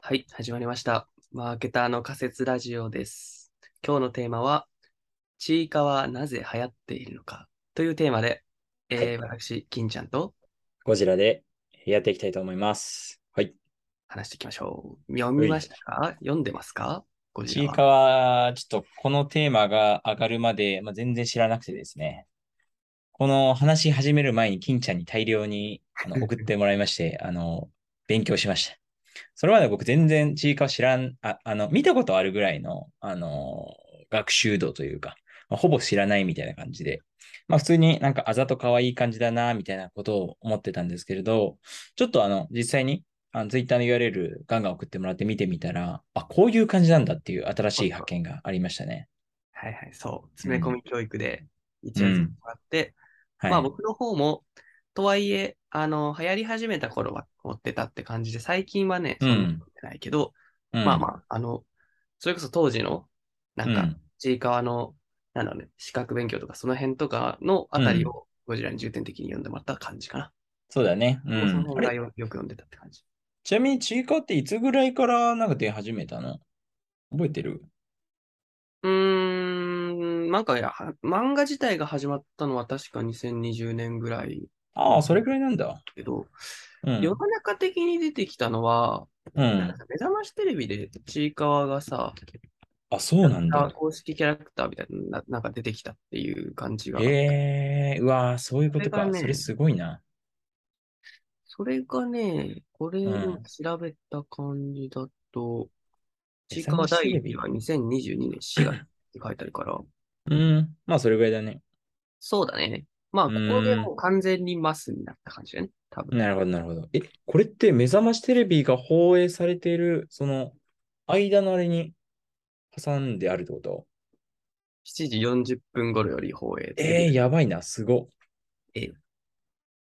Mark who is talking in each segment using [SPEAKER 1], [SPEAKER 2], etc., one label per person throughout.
[SPEAKER 1] はい、始まりました。マーケターの仮説ラジオです。今日のテーマは、ちいかわなぜ流行っているのかというテーマで、
[SPEAKER 2] はい、
[SPEAKER 1] えー、私、金ちゃんと
[SPEAKER 2] ゴジラでやっていきたいと思います。はい。
[SPEAKER 1] 話していきましょう。読
[SPEAKER 2] う
[SPEAKER 1] みま
[SPEAKER 2] い。
[SPEAKER 1] したか読んでますかゴジラ
[SPEAKER 2] ちい
[SPEAKER 1] は。
[SPEAKER 2] かわ、ちょっとこのテーマが上がるまで、まあ、全然知らなくてですね。この話し始める前に、金ちゃんに大量にあの送ってもらいまして、あの、勉強しました。それまで僕全然ちいかわ知らん、あ、あの、見たことあるぐらいの、あの、学習度というか、まあほぼ知らないみたいな感じで、まあ普通になんかあざと可愛い感じだな、みたいなことを思ってたんですけれど、ちょっとあの、実際に、あの、ツイッターの URL ガンガン送ってもらって見てみたら、あ、こういう感じなんだっていう新しい発見がありましたね。
[SPEAKER 1] はいはい、そう。
[SPEAKER 2] う
[SPEAKER 1] 詰め込
[SPEAKER 2] ん。
[SPEAKER 1] み教育で一
[SPEAKER 2] う
[SPEAKER 1] 応やらせて
[SPEAKER 2] ん。
[SPEAKER 1] もらって、
[SPEAKER 2] は
[SPEAKER 1] まあ
[SPEAKER 2] い。
[SPEAKER 1] 僕の方も、とはいえ、あの、流行り始めた頃は追ってたって感じで、最近はね、
[SPEAKER 2] う
[SPEAKER 1] そんなに
[SPEAKER 2] ん。
[SPEAKER 1] 追ってないけど、
[SPEAKER 2] う
[SPEAKER 1] まあま
[SPEAKER 2] ん。
[SPEAKER 1] あ、あの、それこそ当時の、なん
[SPEAKER 2] う
[SPEAKER 1] か、
[SPEAKER 2] ん。
[SPEAKER 1] ちいかわの、なんだろうね、資格勉強とかその辺とかのあ
[SPEAKER 2] う
[SPEAKER 1] たり
[SPEAKER 2] ん。
[SPEAKER 1] をゴジラに重点的に読んでもらった感じかな。
[SPEAKER 2] そうだね。う
[SPEAKER 1] 僕もその
[SPEAKER 2] ん。あ
[SPEAKER 1] 辺が
[SPEAKER 2] れ
[SPEAKER 1] よ、よく読んでたって感じ。
[SPEAKER 2] ちなみに、ちいかわっていつぐらいからなんか出始めたの覚えてる
[SPEAKER 1] うーん、なんかや、は漫画自体が始まったのは確か2020年ぐらいだ
[SPEAKER 2] ああ、それくらいなんだ。
[SPEAKER 1] けど、
[SPEAKER 2] う
[SPEAKER 1] 世
[SPEAKER 2] ん。
[SPEAKER 1] の中的に出てきたのは、
[SPEAKER 2] う
[SPEAKER 1] なん
[SPEAKER 2] ん。
[SPEAKER 1] か目覚ましテレビでちいかわがさ、
[SPEAKER 2] あ、
[SPEAKER 1] キャ
[SPEAKER 2] そう
[SPEAKER 1] ラ
[SPEAKER 2] な
[SPEAKER 1] ク
[SPEAKER 2] ん
[SPEAKER 1] ター、
[SPEAKER 2] だ。
[SPEAKER 1] 公式キャラクターみたいな、ななんか出てきたっていう感じがあった。
[SPEAKER 2] へえ、うわー、そういう
[SPEAKER 1] そ
[SPEAKER 2] こ
[SPEAKER 1] れ
[SPEAKER 2] と
[SPEAKER 1] が
[SPEAKER 2] か。それ
[SPEAKER 1] ね、
[SPEAKER 2] すごいな。
[SPEAKER 1] それがね、これ
[SPEAKER 2] う
[SPEAKER 1] を
[SPEAKER 2] ん。
[SPEAKER 1] 調べた感じだと、
[SPEAKER 2] 目
[SPEAKER 1] ちい
[SPEAKER 2] 覚
[SPEAKER 1] か
[SPEAKER 2] ま
[SPEAKER 1] わ
[SPEAKER 2] し
[SPEAKER 1] 第
[SPEAKER 2] テレ
[SPEAKER 1] 1期
[SPEAKER 2] ビ
[SPEAKER 1] は2022年4月って書いてあるから、
[SPEAKER 2] うん。まあ、それぐらいだね。
[SPEAKER 1] そうだね。まあ、
[SPEAKER 2] う
[SPEAKER 1] ここで
[SPEAKER 2] ー
[SPEAKER 1] も
[SPEAKER 2] ん。
[SPEAKER 1] う完全にマスになった感じだね、多分。
[SPEAKER 2] なるほど、なるほど。え、これって目覚ましテレビが放映されている、その、間のあれに挟んであるってこと
[SPEAKER 1] 7時40分頃より放映す
[SPEAKER 2] え
[SPEAKER 1] る。
[SPEAKER 2] ー、やばいな。すご。
[SPEAKER 1] え、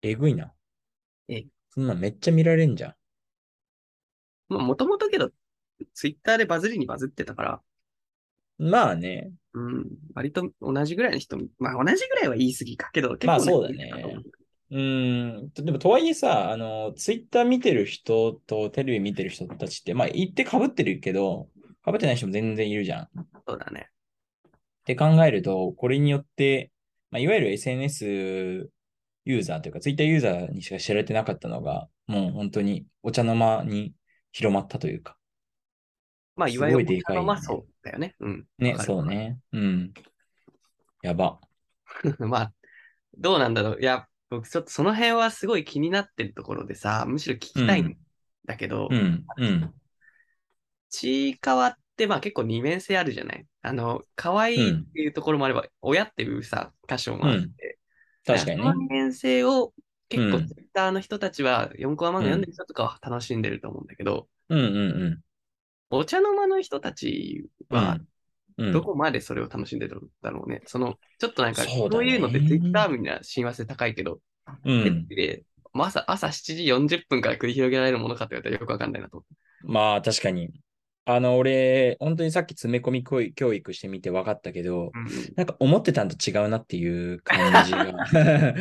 [SPEAKER 2] えぐいな。
[SPEAKER 1] え、
[SPEAKER 2] そんなんめっちゃ見られんじゃん。
[SPEAKER 1] まあ、もともとけど、ツイッターでバズりにバズってたから、
[SPEAKER 2] まあね。
[SPEAKER 1] うん、割と同じぐらいの人、まあ同じぐらいは言い過ぎかけど、結
[SPEAKER 2] まあ
[SPEAKER 1] 構ね、
[SPEAKER 2] そうだ
[SPEAKER 1] 見てたと思
[SPEAKER 2] ね。
[SPEAKER 1] う。
[SPEAKER 2] うーん。とでも、とはいえさ、あの、ツイッター見てる人とテレビ見てる人たちって、まあ、言って被ってるけど、被ってない人も全然いるじゃん。っ
[SPEAKER 1] そうだね。
[SPEAKER 2] て考えると、これによって、まあ、いわゆる SNS ユーザーというか、ツイッターユーザーにしか知られてなかったのが、もう本当にお茶の間に広まったというか、
[SPEAKER 1] まあ、い
[SPEAKER 2] す
[SPEAKER 1] わゆ
[SPEAKER 2] ご
[SPEAKER 1] る
[SPEAKER 2] い
[SPEAKER 1] お
[SPEAKER 2] で
[SPEAKER 1] 茶
[SPEAKER 2] か
[SPEAKER 1] の
[SPEAKER 2] いよ
[SPEAKER 1] 間
[SPEAKER 2] ね。
[SPEAKER 1] そうだよね。うん、わ
[SPEAKER 2] ね、
[SPEAKER 1] かる
[SPEAKER 2] そう
[SPEAKER 1] わか
[SPEAKER 2] ね。うん。やば。
[SPEAKER 1] る。 まあ、どうなんだろう。いや、僕ちょっとその辺はすごい気になってるところでさ、むしろ聞
[SPEAKER 2] う
[SPEAKER 1] きたいん
[SPEAKER 2] ん、
[SPEAKER 1] だけ
[SPEAKER 2] う
[SPEAKER 1] ど、
[SPEAKER 2] ん、うん、
[SPEAKER 1] ちいかわってまあ結構二面性あるじゃないあの、可愛
[SPEAKER 2] う
[SPEAKER 1] いっ
[SPEAKER 2] ん、
[SPEAKER 1] ていうところもあれば、親っていうさ、箇所も
[SPEAKER 2] う
[SPEAKER 1] あっ
[SPEAKER 2] ん。
[SPEAKER 1] て、なん
[SPEAKER 2] 確
[SPEAKER 1] か
[SPEAKER 2] か
[SPEAKER 1] そ
[SPEAKER 2] に
[SPEAKER 1] の
[SPEAKER 2] ね。
[SPEAKER 1] 二面性を
[SPEAKER 2] う
[SPEAKER 1] 結構ツ
[SPEAKER 2] ん、
[SPEAKER 1] イッターの人たちは、4コマ漫画
[SPEAKER 2] う
[SPEAKER 1] 読んで
[SPEAKER 2] ん、
[SPEAKER 1] る人とかは楽しんでると思うんだけど、
[SPEAKER 2] うん、うん、うん。
[SPEAKER 1] お茶の間の人たち
[SPEAKER 2] う
[SPEAKER 1] は、
[SPEAKER 2] ん。う
[SPEAKER 1] ど
[SPEAKER 2] ん。
[SPEAKER 1] こまでそれを楽しんでるんだろうね。その、ちょっとなんか、
[SPEAKER 2] そう
[SPEAKER 1] そ
[SPEAKER 2] だ
[SPEAKER 1] ういうのってツイッター
[SPEAKER 2] ね。
[SPEAKER 1] みんな親和性高いけど、
[SPEAKER 2] う
[SPEAKER 1] テレ
[SPEAKER 2] ん。
[SPEAKER 1] ビで、まあ朝、朝7時40分から繰り広げられるものかと言われたらよくわかんないなと思って。
[SPEAKER 2] まあ確かに。あの、俺、本当にさっき詰め込み教育教育してみて分かったけど、
[SPEAKER 1] うんうん。
[SPEAKER 2] なんか思ってたんと違うなっていう感じが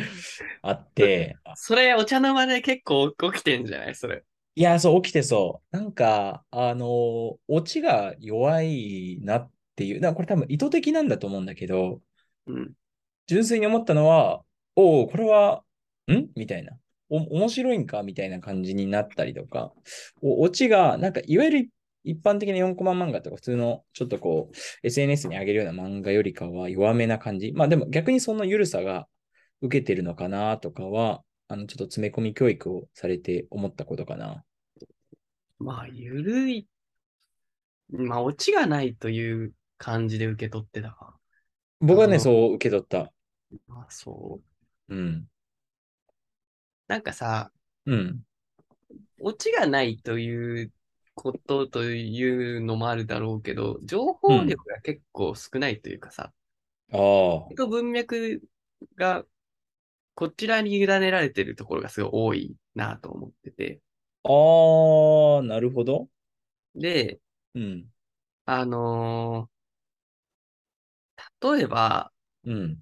[SPEAKER 2] あって、あ
[SPEAKER 1] それ、お茶の間で結構起きてんじゃないそれ。
[SPEAKER 2] いや、そう、起きてそう。なんか、あの、オチが弱いなっていう、なんかこれ多分意図的なんだと思うんだけど、
[SPEAKER 1] うん。
[SPEAKER 2] 純粋に思ったのは、おお、これは、んみたいな。お、面白いんかみたいな感じになったりとか。お、オチが、なんか、いわゆる一般的な4コマ漫画とか、普通の、ちょっとこう、SNS に上げるような漫画よりかは弱めな感じ。まあでも逆にその緩さが受けてるのかなとかは、あの、ちょっと詰め込み教育をされて思ったことかな。
[SPEAKER 1] まあ、ゆるい、まあ、オチがないという感じで受け取ってたか。
[SPEAKER 2] 僕
[SPEAKER 1] あ
[SPEAKER 2] はね、
[SPEAKER 1] の、
[SPEAKER 2] そう受け取った。
[SPEAKER 1] まあ、そう。
[SPEAKER 2] うん。
[SPEAKER 1] なんかさ、
[SPEAKER 2] うん。
[SPEAKER 1] オチがないということというのもあるだろうけど、情
[SPEAKER 2] う
[SPEAKER 1] 報量
[SPEAKER 2] ん。
[SPEAKER 1] が結構少ないというかさ、
[SPEAKER 2] ああ。
[SPEAKER 1] 割と文脈がこちらに委ねられてるところがすごい多いなと思ってて。
[SPEAKER 2] ああ、なるほど。
[SPEAKER 1] で、
[SPEAKER 2] うん。
[SPEAKER 1] あのー例えば、
[SPEAKER 2] うん。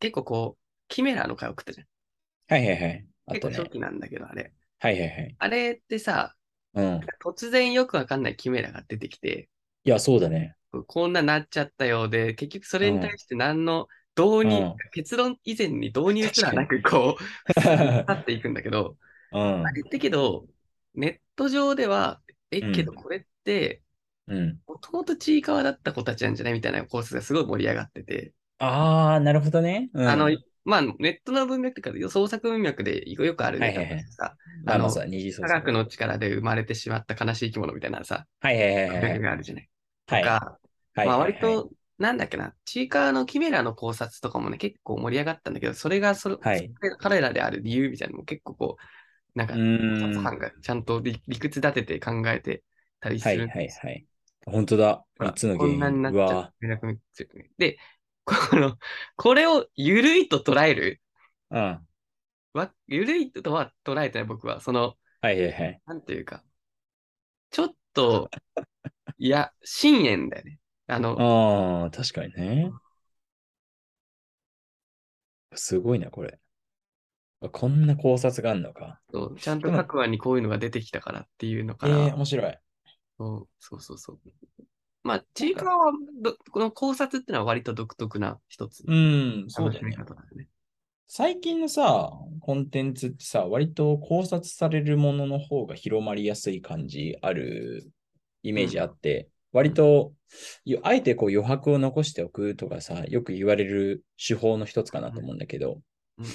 [SPEAKER 1] 結構こう、キメラの回送ったじゃん。
[SPEAKER 2] はいはいはい。あっ
[SPEAKER 1] 結
[SPEAKER 2] た
[SPEAKER 1] 構初
[SPEAKER 2] ね。
[SPEAKER 1] 期なんだけど、あれ。
[SPEAKER 2] はいはいはい。
[SPEAKER 1] あれってさ、
[SPEAKER 2] うん。
[SPEAKER 1] 突然よくわかんないキメラが出てきて、
[SPEAKER 2] いや、そう だね。
[SPEAKER 1] こんななっちゃったようで、結局それに対して何の導入、
[SPEAKER 2] うん
[SPEAKER 1] 結論以前に導入すらなくこ う、立っていくんだけど、
[SPEAKER 2] うん
[SPEAKER 1] あ。れってけど、ネット上では、え、
[SPEAKER 2] うん
[SPEAKER 1] けどこれって、
[SPEAKER 2] うん。
[SPEAKER 1] もともとちいかわだった子たちなんじゃないみたいなコースがすごい盛り上がってて、
[SPEAKER 2] ああ、なるほどね。うん、
[SPEAKER 1] あの、まあ、ネットの文脈というか、創作文脈でよくあるね、
[SPEAKER 2] はいはいはい
[SPEAKER 1] さ
[SPEAKER 2] まあ
[SPEAKER 1] あの
[SPEAKER 2] まあそうだ二次創
[SPEAKER 1] 科
[SPEAKER 2] 作
[SPEAKER 1] 学の力で生まれてしまった悲しい生き物みたいなさ、
[SPEAKER 2] はいはいはい
[SPEAKER 1] 文
[SPEAKER 2] はい。
[SPEAKER 1] 脈があるじゃない。
[SPEAKER 2] はい。
[SPEAKER 1] とか、
[SPEAKER 2] はい
[SPEAKER 1] まあ
[SPEAKER 2] はい
[SPEAKER 1] 割
[SPEAKER 2] はい
[SPEAKER 1] と、なんだっけな、チーカーのキメラの考察とかもね、結構盛り上がったんだけど、それがそれ、
[SPEAKER 2] はい
[SPEAKER 1] それ彼らである理由みたいなのも結構こう、なんか、
[SPEAKER 2] う
[SPEAKER 1] 考
[SPEAKER 2] ーん。
[SPEAKER 1] 察班がちゃんと理理屈立てて考えてたりす
[SPEAKER 2] はいは
[SPEAKER 1] るん
[SPEAKER 2] い
[SPEAKER 1] ですよ。
[SPEAKER 2] はい。本当だ。
[SPEAKER 1] ほら
[SPEAKER 2] 三つの
[SPEAKER 1] こ
[SPEAKER 2] 原
[SPEAKER 1] んなに
[SPEAKER 2] 因。
[SPEAKER 1] なっ
[SPEAKER 2] う
[SPEAKER 1] ちゃ
[SPEAKER 2] わ
[SPEAKER 1] う連絡も強くね。で、 この、これをゆるいと捉える
[SPEAKER 2] うん。はい
[SPEAKER 1] わゆるいとは捉えてない僕は、その、
[SPEAKER 2] はいはい。
[SPEAKER 1] なんていうか、ちょっと、いや、深淵だよね。あの、
[SPEAKER 2] ああ、確かにね。すごいな、これ。あこんな考察があるのか。
[SPEAKER 1] そうちゃんと各話にこういうのが出てきたからっていうの
[SPEAKER 2] え
[SPEAKER 1] か
[SPEAKER 2] え
[SPEAKER 1] ら、
[SPEAKER 2] ー、面白い。
[SPEAKER 1] そうそうそうそう。まあ、チーカーはど、この考察ってのは割と独特な一つ。
[SPEAKER 2] うん、そうだよ
[SPEAKER 1] 楽しみ
[SPEAKER 2] ね。
[SPEAKER 1] 方だよね。
[SPEAKER 2] 最近のさ、コンテンツってさ、割と考察されるものの方が広まりやすい感じあるイメージあって、割と、よあえてこう余白を残しておくとかさ、よく言われる手法の一つかなと思うんだけど、
[SPEAKER 1] うん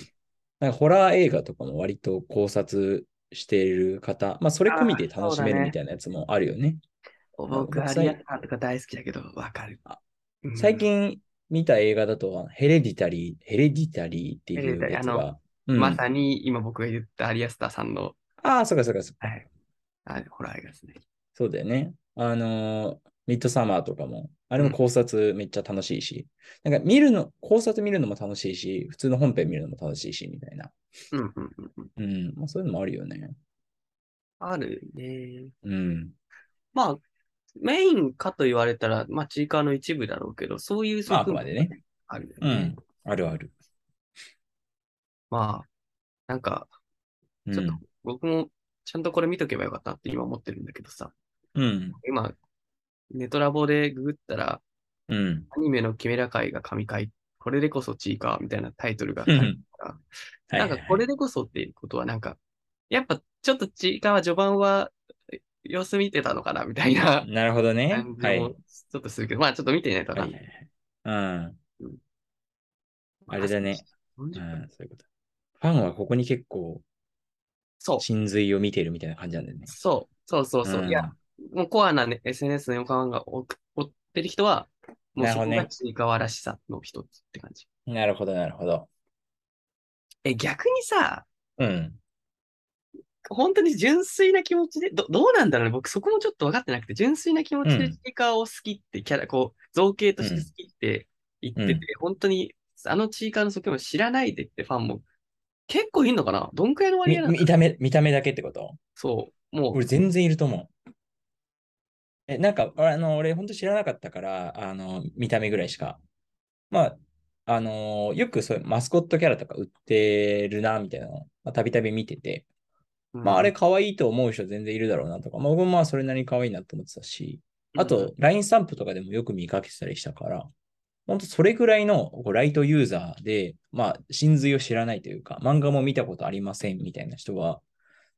[SPEAKER 2] なんかホラー映画とかも割と考察している方、まあそれ込みで楽しめるみたいなやつもあるよね。
[SPEAKER 1] 僕、
[SPEAKER 2] 僕
[SPEAKER 1] ア
[SPEAKER 2] さい
[SPEAKER 1] リアさんとか大好きだけど、わかる
[SPEAKER 2] あ。
[SPEAKER 1] うん
[SPEAKER 2] 最、近見た映画だと、ヘレディタリー、ヘレディタリーっていうやつ
[SPEAKER 1] ヘレディタリーあ
[SPEAKER 2] が、うん
[SPEAKER 1] まさに今僕が言ったアリアスターさんの、
[SPEAKER 2] ああ、そうかそうかそうか。
[SPEAKER 1] はい、あホラー映画ですね。
[SPEAKER 2] そうだよね。あのーミッドサマーとかも、あれも考察めっちゃ楽しいし、なんか見るの、考察見るのも楽しいし、普通の本編見るのも楽しいし、みたいな。
[SPEAKER 1] うんうんうんうん。
[SPEAKER 2] うん、まあ、そういうのもあるよね。
[SPEAKER 1] あるね。
[SPEAKER 2] うん。
[SPEAKER 1] まあ、メインかと言われたら、まあ、チーカーの一部だろうけど、そういう
[SPEAKER 2] まあ、あ
[SPEAKER 1] 側
[SPEAKER 2] く
[SPEAKER 1] 面
[SPEAKER 2] までね。
[SPEAKER 1] あるよ
[SPEAKER 2] う
[SPEAKER 1] ね。
[SPEAKER 2] ん。あるある。
[SPEAKER 1] まあ、なんか、
[SPEAKER 2] う
[SPEAKER 1] ちょっと
[SPEAKER 2] ん。
[SPEAKER 1] 僕もちゃんとこれ見とけばよかったって今思ってるんだけどさ、
[SPEAKER 2] うん。
[SPEAKER 1] 今、ネトラボでググったら、
[SPEAKER 2] うん。
[SPEAKER 1] アニメのキメラ界が神回、これでこそチーカーみたいなタイトルが
[SPEAKER 2] う
[SPEAKER 1] 書いてあ
[SPEAKER 2] ん。
[SPEAKER 1] る
[SPEAKER 2] は
[SPEAKER 1] から、
[SPEAKER 2] い はい
[SPEAKER 1] な
[SPEAKER 2] は
[SPEAKER 1] んか
[SPEAKER 2] い
[SPEAKER 1] これでこそっていうことは、なんか、やっぱちょっとチーカーは序盤はえ様子見てたのかなみたいな
[SPEAKER 2] なるほどね
[SPEAKER 1] 感。じ
[SPEAKER 2] はい。
[SPEAKER 1] もちょっとするけど、まあちょっと見ていないとわか
[SPEAKER 2] は
[SPEAKER 1] ん
[SPEAKER 2] い
[SPEAKER 1] ない。
[SPEAKER 2] はい。うん。あれだね。
[SPEAKER 1] 40
[SPEAKER 2] う
[SPEAKER 1] 分
[SPEAKER 2] ん、そういうこと。ファンはここに結構、
[SPEAKER 1] そう、
[SPEAKER 2] 真髄を見てるみたいな感じなんだよね。
[SPEAKER 1] そう、そうそうそう。
[SPEAKER 2] ん
[SPEAKER 1] いや、もうコアな、ね、SNS の予感が追追ってる人は、もう
[SPEAKER 2] なる
[SPEAKER 1] そこ
[SPEAKER 2] ほどね
[SPEAKER 1] がちいかわらしさの一つって感じ。
[SPEAKER 2] なるほど、なるほど。
[SPEAKER 1] え、逆にさ、
[SPEAKER 2] うん。
[SPEAKER 1] 本当に純粋な気持ちで、どどうなんだろうね、僕そこもちょっと分かってなくて、純粋な気持ち
[SPEAKER 2] う
[SPEAKER 1] で
[SPEAKER 2] ん
[SPEAKER 1] ちいかわを好きってキャラ、こう、造形として好きって言ってて、
[SPEAKER 2] うん
[SPEAKER 1] 本当にあのちいかわの側面を知らないでってファンも結構いんのかなどんくらいの割
[SPEAKER 2] み
[SPEAKER 1] 合なの
[SPEAKER 2] 見た目、見た目だけってこと
[SPEAKER 1] そう、もう、
[SPEAKER 2] 俺全然いると思う。え、なんか、あの、俺本当知らなかったから、あの、見た目ぐらいしか。まあ、あのよくそういうマスコットキャラとか売ってるな、みたいなの、まあ、たびたび見てて、まあ、あれ可愛いと思う人全然いるだろうなとか、まあ、僕もまあ、それなりに可愛いなと思ってたし、あと、LINE スタンプとかでもよく見かけてたりしたから、本当それぐらいのこうライトユーザーで、まあ、真髄を知らないというか、漫画も見たことありませんみたいな人は、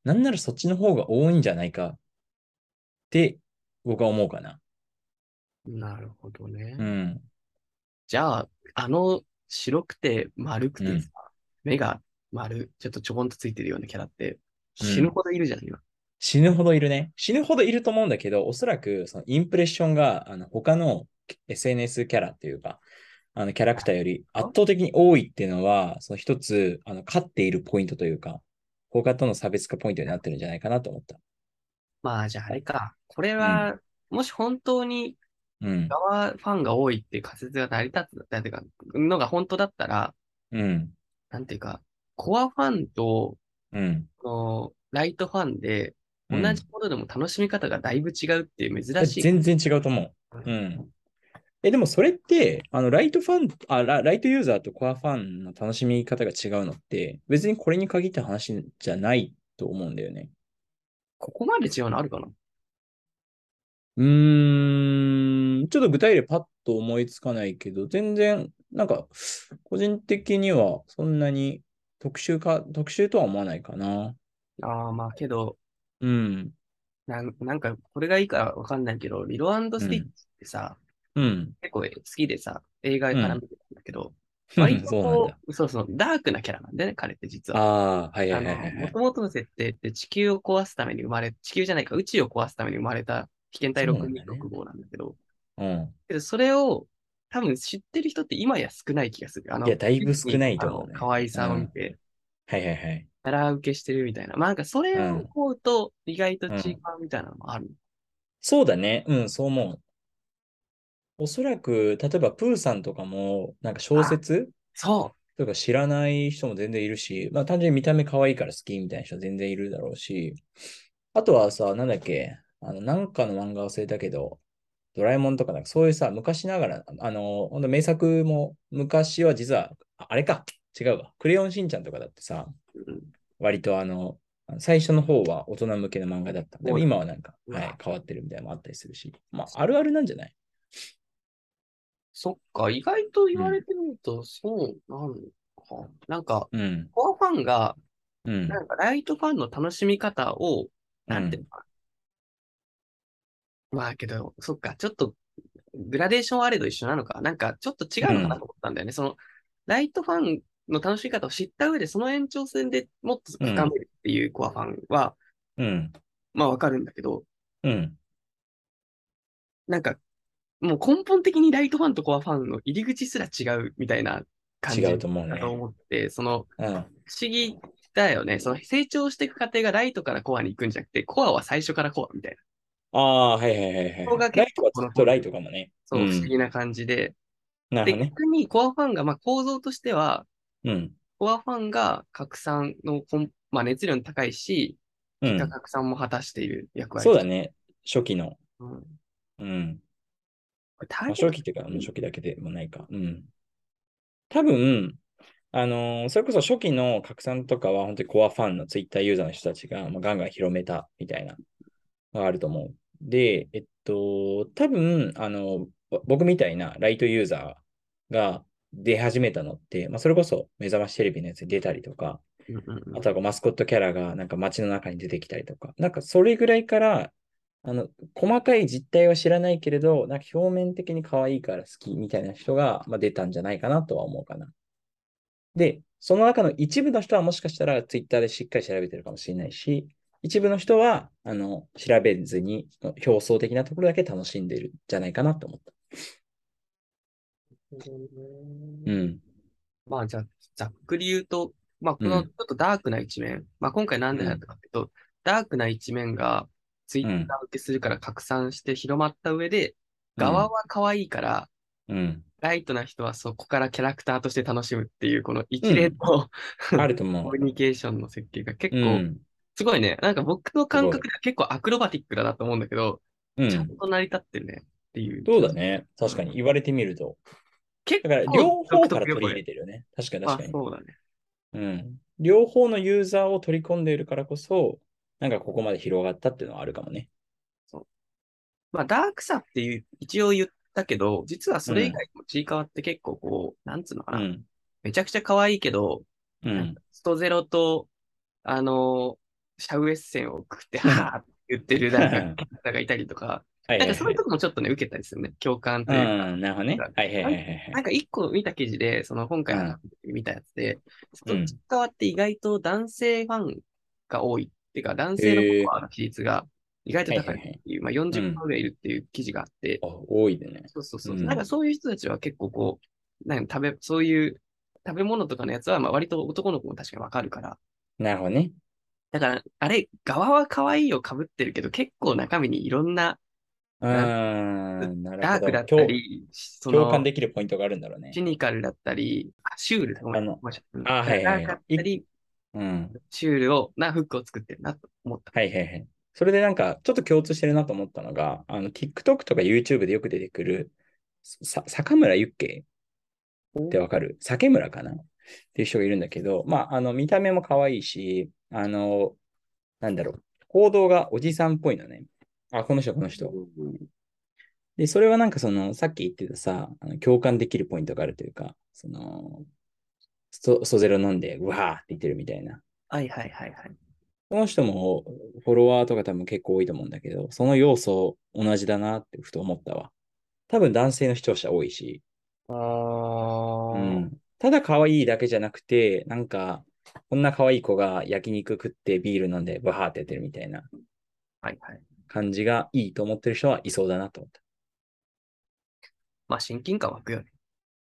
[SPEAKER 2] なんならそっちの方が多いんじゃないかって、僕は思うかな。
[SPEAKER 1] うん、なるほどね。
[SPEAKER 2] うん。
[SPEAKER 1] じゃあ、あの白くて丸くてさ、目が丸、ちょっとちょこんとついてるようなキャラって、
[SPEAKER 2] うん
[SPEAKER 1] 死ぬほどいるじゃん、今。
[SPEAKER 2] 死ぬほどいるね。死ぬほどいると思うんだけど、おそらく、そのインプレッションが、あの、他の SNS キャラっていうか、あの、キャラクターより圧倒的に多いっていうのは、その一つ、あの、勝っているポイントというか、他との差別化ポイントになってるんじゃないかなと思った。
[SPEAKER 1] まあ、じゃああれか。これは、もし本当に
[SPEAKER 2] うん。
[SPEAKER 1] 側ファンが多いっていう仮説が成り立つ、だってか、のが本当だったら、
[SPEAKER 2] うん。
[SPEAKER 1] なんていうか、コアファンと、
[SPEAKER 2] うん。
[SPEAKER 1] このライトファンで、同
[SPEAKER 2] うん
[SPEAKER 1] じことでも楽しみ方がだいぶ違うっていう珍しい。
[SPEAKER 2] 全然違うと思う。うん。え、でもそれって、あの、ライトファン、あラ、ライトユーザーとコアファンの楽しみ方が違うのって、別にこれに限った話じゃないと思うんだよね。
[SPEAKER 1] ここまで違うのあるかな
[SPEAKER 2] うーん、ちょっと具体例パッと思いつかないけど、全然、なんか、個人的にはそんなに特殊か、特殊とは思わないかな。
[SPEAKER 1] ああ、まあけど、
[SPEAKER 2] うん、
[SPEAKER 1] なん、なんか、これがいいかわかんないけど、リロスティッチってさ、
[SPEAKER 2] うん。
[SPEAKER 1] 結構好きでさ、映画から見てたんだけど、割と
[SPEAKER 2] そうなん
[SPEAKER 1] こ
[SPEAKER 2] だ。
[SPEAKER 1] う、 そうそう、ダークなキャラなんだよね、彼って実は。
[SPEAKER 2] ああ、はい
[SPEAKER 1] あ
[SPEAKER 2] はいはい
[SPEAKER 1] の、
[SPEAKER 2] はいは
[SPEAKER 1] も
[SPEAKER 2] い。
[SPEAKER 1] ともとの設定って地球を壊すために生まれ、地球じゃないか、宇宙を壊すために生まれた被験体
[SPEAKER 2] そうなんだね
[SPEAKER 1] 6265号なんだけど、
[SPEAKER 2] うん。
[SPEAKER 1] けどそれを多分知ってる人って今や少ない気がする。あの、
[SPEAKER 2] いやだいぶ少ないと
[SPEAKER 1] あ
[SPEAKER 2] 思う
[SPEAKER 1] の
[SPEAKER 2] ね
[SPEAKER 1] 可愛さを見て、
[SPEAKER 2] はいはいはい。
[SPEAKER 1] キャラ受けしてるみたいな。まあなんかそれを思うと、意外と違うみたいなのもある。
[SPEAKER 2] そうだね。うん、そう思う。おそらく、例えばプーさんとかも、なんか小説
[SPEAKER 1] そ
[SPEAKER 2] とか知らない人も全然いるし、まあ単純に見た目可愛いから好きみたいな人全然いるだろうし、あとはさ、なんだっけ、あの、なんかの漫画忘れたけど、ドラえもんとかなんかそういうさ、昔ながら、あの、ほんと名作も昔は実は、ああれか、違うわ、クレヨンしんちゃんとかだってさ、
[SPEAKER 1] う。うん
[SPEAKER 2] 割とあの、最初の方は大人向けの漫画だった。でも
[SPEAKER 1] おい
[SPEAKER 2] 今はなんか、
[SPEAKER 1] うわ
[SPEAKER 2] はい、変わってるみたいなのもあったりするし、まあ、あるあるなんじゃない
[SPEAKER 1] そっか、意外と言われてみると、そうなのか。なんか、
[SPEAKER 2] うん、
[SPEAKER 1] コアファンが、
[SPEAKER 2] うん。
[SPEAKER 1] なんかライトファンの楽しみ方を、なんていうのかな。まあけど、そっか、ちょっとグラデーションはあれど一緒なのか。なんかちょっと違うのかなと思ったんだよね。その、ライトファンの楽しみ方を知った上で、その延長線でもっと深めるっていうコアファンは、
[SPEAKER 2] うん、
[SPEAKER 1] まあわかるんだけど、
[SPEAKER 2] うん。
[SPEAKER 1] なんか、もう根本的にライトファンとコアファンの入り口すら違うみたいな感じ
[SPEAKER 2] 違う
[SPEAKER 1] だ
[SPEAKER 2] と思うね。
[SPEAKER 1] と思って、その、
[SPEAKER 2] うん、
[SPEAKER 1] 不思議だよね。その成長していく過程がライトからコアに行くんじゃなくて、コアは最初からコアみたいな。
[SPEAKER 2] ああ、はいはいはいはい。
[SPEAKER 1] ここが
[SPEAKER 2] ラ
[SPEAKER 1] 結
[SPEAKER 2] イトは
[SPEAKER 1] 構
[SPEAKER 2] ずっとライトかもね。
[SPEAKER 1] そう、
[SPEAKER 2] うん
[SPEAKER 1] 不思議な感じで。
[SPEAKER 2] なる
[SPEAKER 1] で、
[SPEAKER 2] ほどね。
[SPEAKER 1] 逆にコアファンが、まあ構造としては、
[SPEAKER 2] うん。
[SPEAKER 1] コアファンが拡散のコン、まあ、熱量の高いし、
[SPEAKER 2] う
[SPEAKER 1] 結果
[SPEAKER 2] ん、
[SPEAKER 1] 拡散も果たしている役割。
[SPEAKER 2] そうだね。初期の。
[SPEAKER 1] うん。こ
[SPEAKER 2] うん。
[SPEAKER 1] れ
[SPEAKER 2] まあ
[SPEAKER 1] 大変
[SPEAKER 2] 初期っていうか、うん初期だけでもないか。うん。多分、あのーそれこそ初期の拡散とかは、本当にコアファンのツイッターユーザーの人たちが、まあ、ガンガン広めたみたいなのがあると思う。で、えっと、多分、あの、ぼ僕みたいなライトユーザーが出始めたのって、まあ、それこそ目覚ましテレビのやつに出たりとか、
[SPEAKER 1] うんうんうん
[SPEAKER 2] あとはこうマスコットキャラがなんか街の中に出てきたりとか、なんかそれぐらいから、あの、細かい実態は知らないけれど、なんか表面的に可愛いから好きみたいな人が、まあ、出たんじゃないかなとは思うかな。で、その中の一部の人はもしかしたらツイッターでしっかり調べてるかもしれないし、一部の人は、あの、調べずに、表層的なところだけ楽しんでるんじゃないかなと思った。うん。
[SPEAKER 1] まあ、じゃあ、ざっくり言うと、まあ、この
[SPEAKER 2] うん
[SPEAKER 1] ちょっとダークな一面、まあ、今回なんでなったかっていうと、ダークな一面がツイッター受けするから拡散して広まった上で、側は可愛いから、
[SPEAKER 2] うん。
[SPEAKER 1] ライトな人はそこからキャラクターとして楽しむっていう、この一連の、
[SPEAKER 2] うん。あると思
[SPEAKER 1] コ
[SPEAKER 2] う
[SPEAKER 1] ミ。ュニケーションの設計が結
[SPEAKER 2] う
[SPEAKER 1] 構、
[SPEAKER 2] ん。
[SPEAKER 1] すごいね。なんか僕の感覚では結構アクロバティックだなと思うんだけど、
[SPEAKER 2] う
[SPEAKER 1] ちゃん
[SPEAKER 2] ん。
[SPEAKER 1] と成り立ってるねっていう。
[SPEAKER 2] そうだ。ね。確かに言われてみると。
[SPEAKER 1] 結
[SPEAKER 2] だ
[SPEAKER 1] 構
[SPEAKER 2] から両方から
[SPEAKER 1] 独
[SPEAKER 2] 取
[SPEAKER 1] 特よ
[SPEAKER 2] り
[SPEAKER 1] こ
[SPEAKER 2] 入
[SPEAKER 1] れ
[SPEAKER 2] れてるよね。確かに
[SPEAKER 1] まあ
[SPEAKER 2] 確かに。
[SPEAKER 1] そうだね。
[SPEAKER 2] うん。両方のユーザーを取り込んでいるからこそ、なんかここまで広がったっていうのはあるかもね。
[SPEAKER 1] まあダークさっていう、一応言ったけど、実はそれ以外にもちいかわって結構こう、なんつうのか
[SPEAKER 2] う
[SPEAKER 1] な。
[SPEAKER 2] ん。
[SPEAKER 1] めちゃくちゃ可愛いけど、
[SPEAKER 2] う
[SPEAKER 1] なん
[SPEAKER 2] ん
[SPEAKER 1] か。ストゼロと、あのシャウエッセンを食 って、はーって言ってるなんか方がいたりとか、
[SPEAKER 2] は い
[SPEAKER 1] なん
[SPEAKER 2] は
[SPEAKER 1] か
[SPEAKER 2] いは
[SPEAKER 1] そういう
[SPEAKER 2] い
[SPEAKER 1] と。こもちょっとね、受けたりするね。共感というか。
[SPEAKER 2] うん、なるほどね。はいはいはいはいは。
[SPEAKER 1] ないんか一個見た記事で、その今回
[SPEAKER 2] うん
[SPEAKER 1] 見たやつで、
[SPEAKER 2] う
[SPEAKER 1] そ
[SPEAKER 2] ん
[SPEAKER 1] っち側って意外と男性ファンが多いっていうか、男性のコアの比率が意外と高いっていう、まあ40%ぐらいいるっていう記事があって、
[SPEAKER 2] あ、多いでね。
[SPEAKER 1] そうそうそう。
[SPEAKER 2] うん
[SPEAKER 1] なんかそういう人たちは結構こう、なんか食べ、そういう食べ物とかのやつは、まあ割と男の子も確かにわかるから。
[SPEAKER 2] なるほどね。
[SPEAKER 1] だから、あれ、側は可愛いを被ってるけど、結構中身にいろんな
[SPEAKER 2] うーん、なる
[SPEAKER 1] ダー
[SPEAKER 2] ほ
[SPEAKER 1] クだ
[SPEAKER 2] ど。
[SPEAKER 1] ったり、そ
[SPEAKER 2] 共共感
[SPEAKER 1] の、
[SPEAKER 2] できるポイントがあるんだろうね。
[SPEAKER 1] シニカルだったり、あシュールだ、ごめん
[SPEAKER 2] あの
[SPEAKER 1] ごめんなさいうん
[SPEAKER 2] あはいはいはい
[SPEAKER 1] ダークだったり、
[SPEAKER 2] うん。
[SPEAKER 1] シュールを、な、フックを作ってるなと思った。
[SPEAKER 2] はいはいはい。それでなんか、ちょっと共通してるなと思ったのが、あの、TikTok とか YouTube でよく出てくる、さ、坂村ゆっけってわかる酒村かなっていう人がいるんだけど、まあ、あの、見た目も可愛いし、あの、なんだろう、行動がおじさんっぽいのね。あ、この人、この人。で、それはなんかその、さっき言ってたさ、あの共感できるポイントがあるというか、その、そソゼロ飲んで、うわーって言ってるみたいな。
[SPEAKER 1] はいはいはいはい。
[SPEAKER 2] この人もフォロワーとか多分結構多いと思うんだけど、その要素同じだなってふと思ったわ。多分男性の視聴者多いし、
[SPEAKER 1] あ
[SPEAKER 2] う
[SPEAKER 1] ー
[SPEAKER 2] ん、ただ可愛いだけじゃなくて、なんか、こんな可愛い子が焼肉食ってビール飲んでバハーってやってるみたいな
[SPEAKER 1] はいはい。
[SPEAKER 2] 感じがいいと思ってる人はいそうだなと思った。
[SPEAKER 1] まあ親近感湧くよね。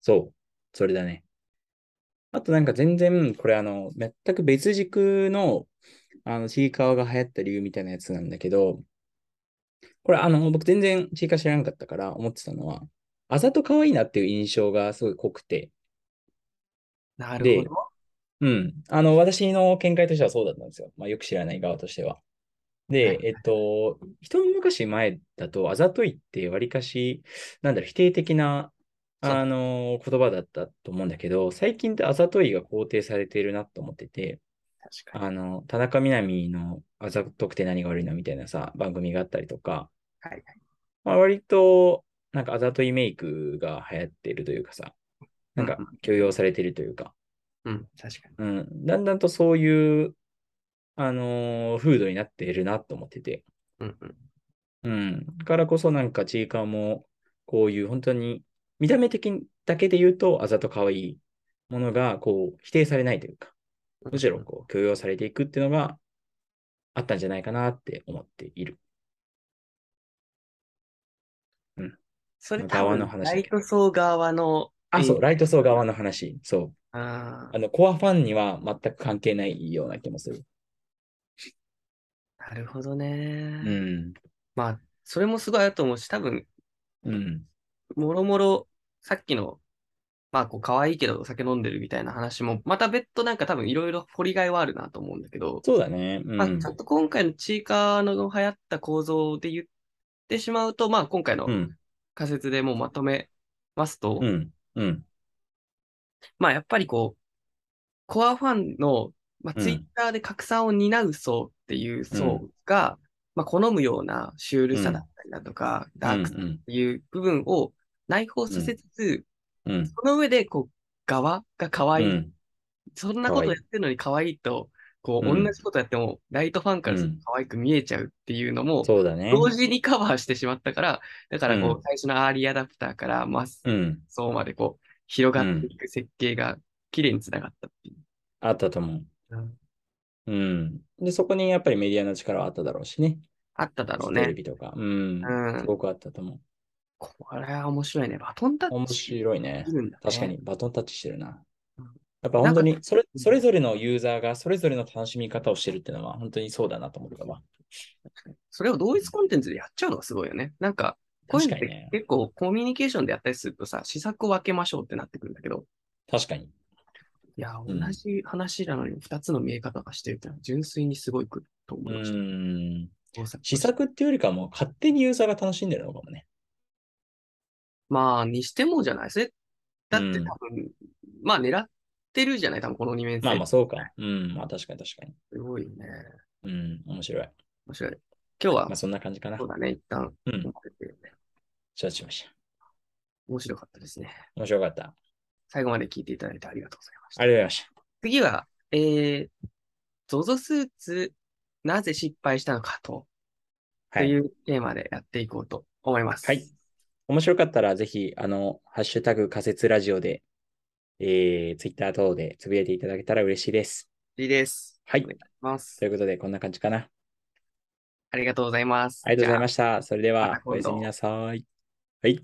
[SPEAKER 2] そう。それだね。あとなんか全然、これあの、全く別軸の、あの、ちいかわが流行った理由みたいなやつなんだけど、これあの、僕全然ちいかわ知らなかったから思ってたのは、あざと可愛いなっていう印象がすごい濃くて、
[SPEAKER 1] なるほ
[SPEAKER 2] で
[SPEAKER 1] ど。
[SPEAKER 2] うん。あの、私の見解としてはそうだったんですよ。まあ、よく知らない側としては。
[SPEAKER 1] はい
[SPEAKER 2] で、
[SPEAKER 1] はい
[SPEAKER 2] えっと、一昔前だと、あざといってわりかし、なんだろう、否定的な、
[SPEAKER 1] そう
[SPEAKER 2] あの、言葉だったと思うんだけど、最近ってあざといが肯定されているなと思ってて、
[SPEAKER 1] 確かに。
[SPEAKER 2] あの、田中みな実のあざとくて何が悪いのみたいなさ、番組があったりとか、
[SPEAKER 1] はいはい。
[SPEAKER 2] まあ、割と、なんかあざといメイクが流行ってるというかさ、なんか
[SPEAKER 1] うん
[SPEAKER 2] 許容されてるというか、
[SPEAKER 1] うん、確かに。
[SPEAKER 2] うん、だんだんとそういう、あのー風土になっているなと思ってて。
[SPEAKER 1] うんうん。
[SPEAKER 2] うん。だからこそなんかちいかわも、こういう本当に、見た目的だけで言うと、あざと可愛いものが、こう、否定されないというか、むしろこう、許容されていくっていうのがあったんじゃないかなって思っている。
[SPEAKER 1] それ多
[SPEAKER 2] 側の
[SPEAKER 1] 分、
[SPEAKER 2] 話だ
[SPEAKER 1] ラ
[SPEAKER 2] け
[SPEAKER 1] イ
[SPEAKER 2] ど
[SPEAKER 1] ト層側の、
[SPEAKER 2] あ、そうう、
[SPEAKER 1] ん
[SPEAKER 2] ライト層側の話。そう。
[SPEAKER 1] あ
[SPEAKER 2] あの、コアファンには全く関係ないような気もする。
[SPEAKER 1] あ、なるほど
[SPEAKER 2] う
[SPEAKER 1] ね。
[SPEAKER 2] ん。
[SPEAKER 1] まあ、それもすごいあると思うし、多分、
[SPEAKER 2] うん。
[SPEAKER 1] もろもろ、さっきの、まあ、こう、可愛いけどお酒飲んでるみたいな話も、また別途なんか多分いろいろ掘りがいはあるなと思うんだけど、
[SPEAKER 2] そうだね。う
[SPEAKER 1] まあ、ち
[SPEAKER 2] ん。
[SPEAKER 1] ょっと今回のチーカーの流行った構造で言ってしまうと、まあ、今回の
[SPEAKER 2] うん。
[SPEAKER 1] 仮説でもうまとめますと、
[SPEAKER 2] うん。うん。
[SPEAKER 1] まあ、やっぱりこう、コアファンの、まあ、
[SPEAKER 2] うん
[SPEAKER 1] ツイッターで拡散を担う層っていう
[SPEAKER 2] う
[SPEAKER 1] 層が、まあ、好むようなシュールさだったりだとか、ダークさ
[SPEAKER 2] うん
[SPEAKER 1] っていう部分を内包させつつ、
[SPEAKER 2] うんうん
[SPEAKER 1] その上で、こう、側が可愛い、
[SPEAKER 2] うん
[SPEAKER 1] そんなことやってるのに可愛いと、こう、
[SPEAKER 2] うん
[SPEAKER 1] 同じことやっても、ライトファンからすると可愛く見えちゃうっていうのも、
[SPEAKER 2] そうだね。
[SPEAKER 1] 同時にカバーしてしまったから、だからこ
[SPEAKER 2] うん
[SPEAKER 1] う、最初のアーリーアダプターから、まあ、
[SPEAKER 2] うん。
[SPEAKER 1] そうまでこう、広がっていく設計が綺麗につながったっていう。
[SPEAKER 2] あったと思
[SPEAKER 1] うん
[SPEAKER 2] う。うん。で、そこにやっぱりメディアの力はあっただろうしね。
[SPEAKER 1] あっただろう
[SPEAKER 2] テレ
[SPEAKER 1] ね。
[SPEAKER 2] ビとか。うん。
[SPEAKER 1] うん
[SPEAKER 2] すごくあったと思う。
[SPEAKER 1] これは面白いね。バトンタッ
[SPEAKER 2] 面
[SPEAKER 1] チ
[SPEAKER 2] 白いね
[SPEAKER 1] い。るんだ、ね。
[SPEAKER 2] 確かに。バトンタッチしてるな
[SPEAKER 1] うん。
[SPEAKER 2] やっぱ本当にそれ、それぞれのユーザーがそれぞれの楽しみ方をしてるってのは本当にそうだなと思ったわ。
[SPEAKER 1] それを同一コンテンツでやっちゃうのがすごいよね。なんか、こういう
[SPEAKER 2] 確
[SPEAKER 1] の
[SPEAKER 2] か
[SPEAKER 1] っ
[SPEAKER 2] にね
[SPEAKER 1] て。結構コミュニケーションでやったりするとさ、施策を分けましょうってなってくるんだけど、
[SPEAKER 2] 確かに。
[SPEAKER 1] いや、
[SPEAKER 2] う
[SPEAKER 1] 同
[SPEAKER 2] ん
[SPEAKER 1] じ話なのに2つの見え方がしてるってのは純粋にすごいくと思
[SPEAKER 2] う
[SPEAKER 1] いました。
[SPEAKER 2] ん。
[SPEAKER 1] 大阪
[SPEAKER 2] 試作っていうよりかはもう勝手にユーザーが楽しんでるのかもね。
[SPEAKER 1] まあ、にしてもじゃないそれだって
[SPEAKER 2] うん
[SPEAKER 1] 多分、まあ狙ってるじゃない多分この2面性。
[SPEAKER 2] まあまあそうか。うん。まあ確かに確かに。
[SPEAKER 1] すごいよね。
[SPEAKER 2] うん。面白い。
[SPEAKER 1] 面白い。今日は
[SPEAKER 2] まあ、そんな感じかな
[SPEAKER 1] そう。だね、一旦、
[SPEAKER 2] うん。承知しました。
[SPEAKER 1] 面白かったですね。
[SPEAKER 2] 面白かった。
[SPEAKER 1] 最後まで聞いていただいてありがとうございました。
[SPEAKER 2] ありがとうございました。
[SPEAKER 1] 次は、えー、ZOZO スーツ、なぜ失敗したのかと、
[SPEAKER 2] はい。
[SPEAKER 1] というテーマでやっていこうと思います。
[SPEAKER 2] はい。面白かったら、ぜひ、あの、ハッシュタグ仮説ラジオで、えー、ツイッター等でつぶやいていただけたら嬉しいです。
[SPEAKER 1] いいです。
[SPEAKER 2] はい
[SPEAKER 1] お願いします
[SPEAKER 2] とい。うことで、こんな感じかな。
[SPEAKER 1] ありがとうございます。
[SPEAKER 2] ありがとうござい
[SPEAKER 1] じゃ
[SPEAKER 2] ました。それで
[SPEAKER 1] ま
[SPEAKER 2] は
[SPEAKER 1] た、今度
[SPEAKER 2] おやすみなさい。はい。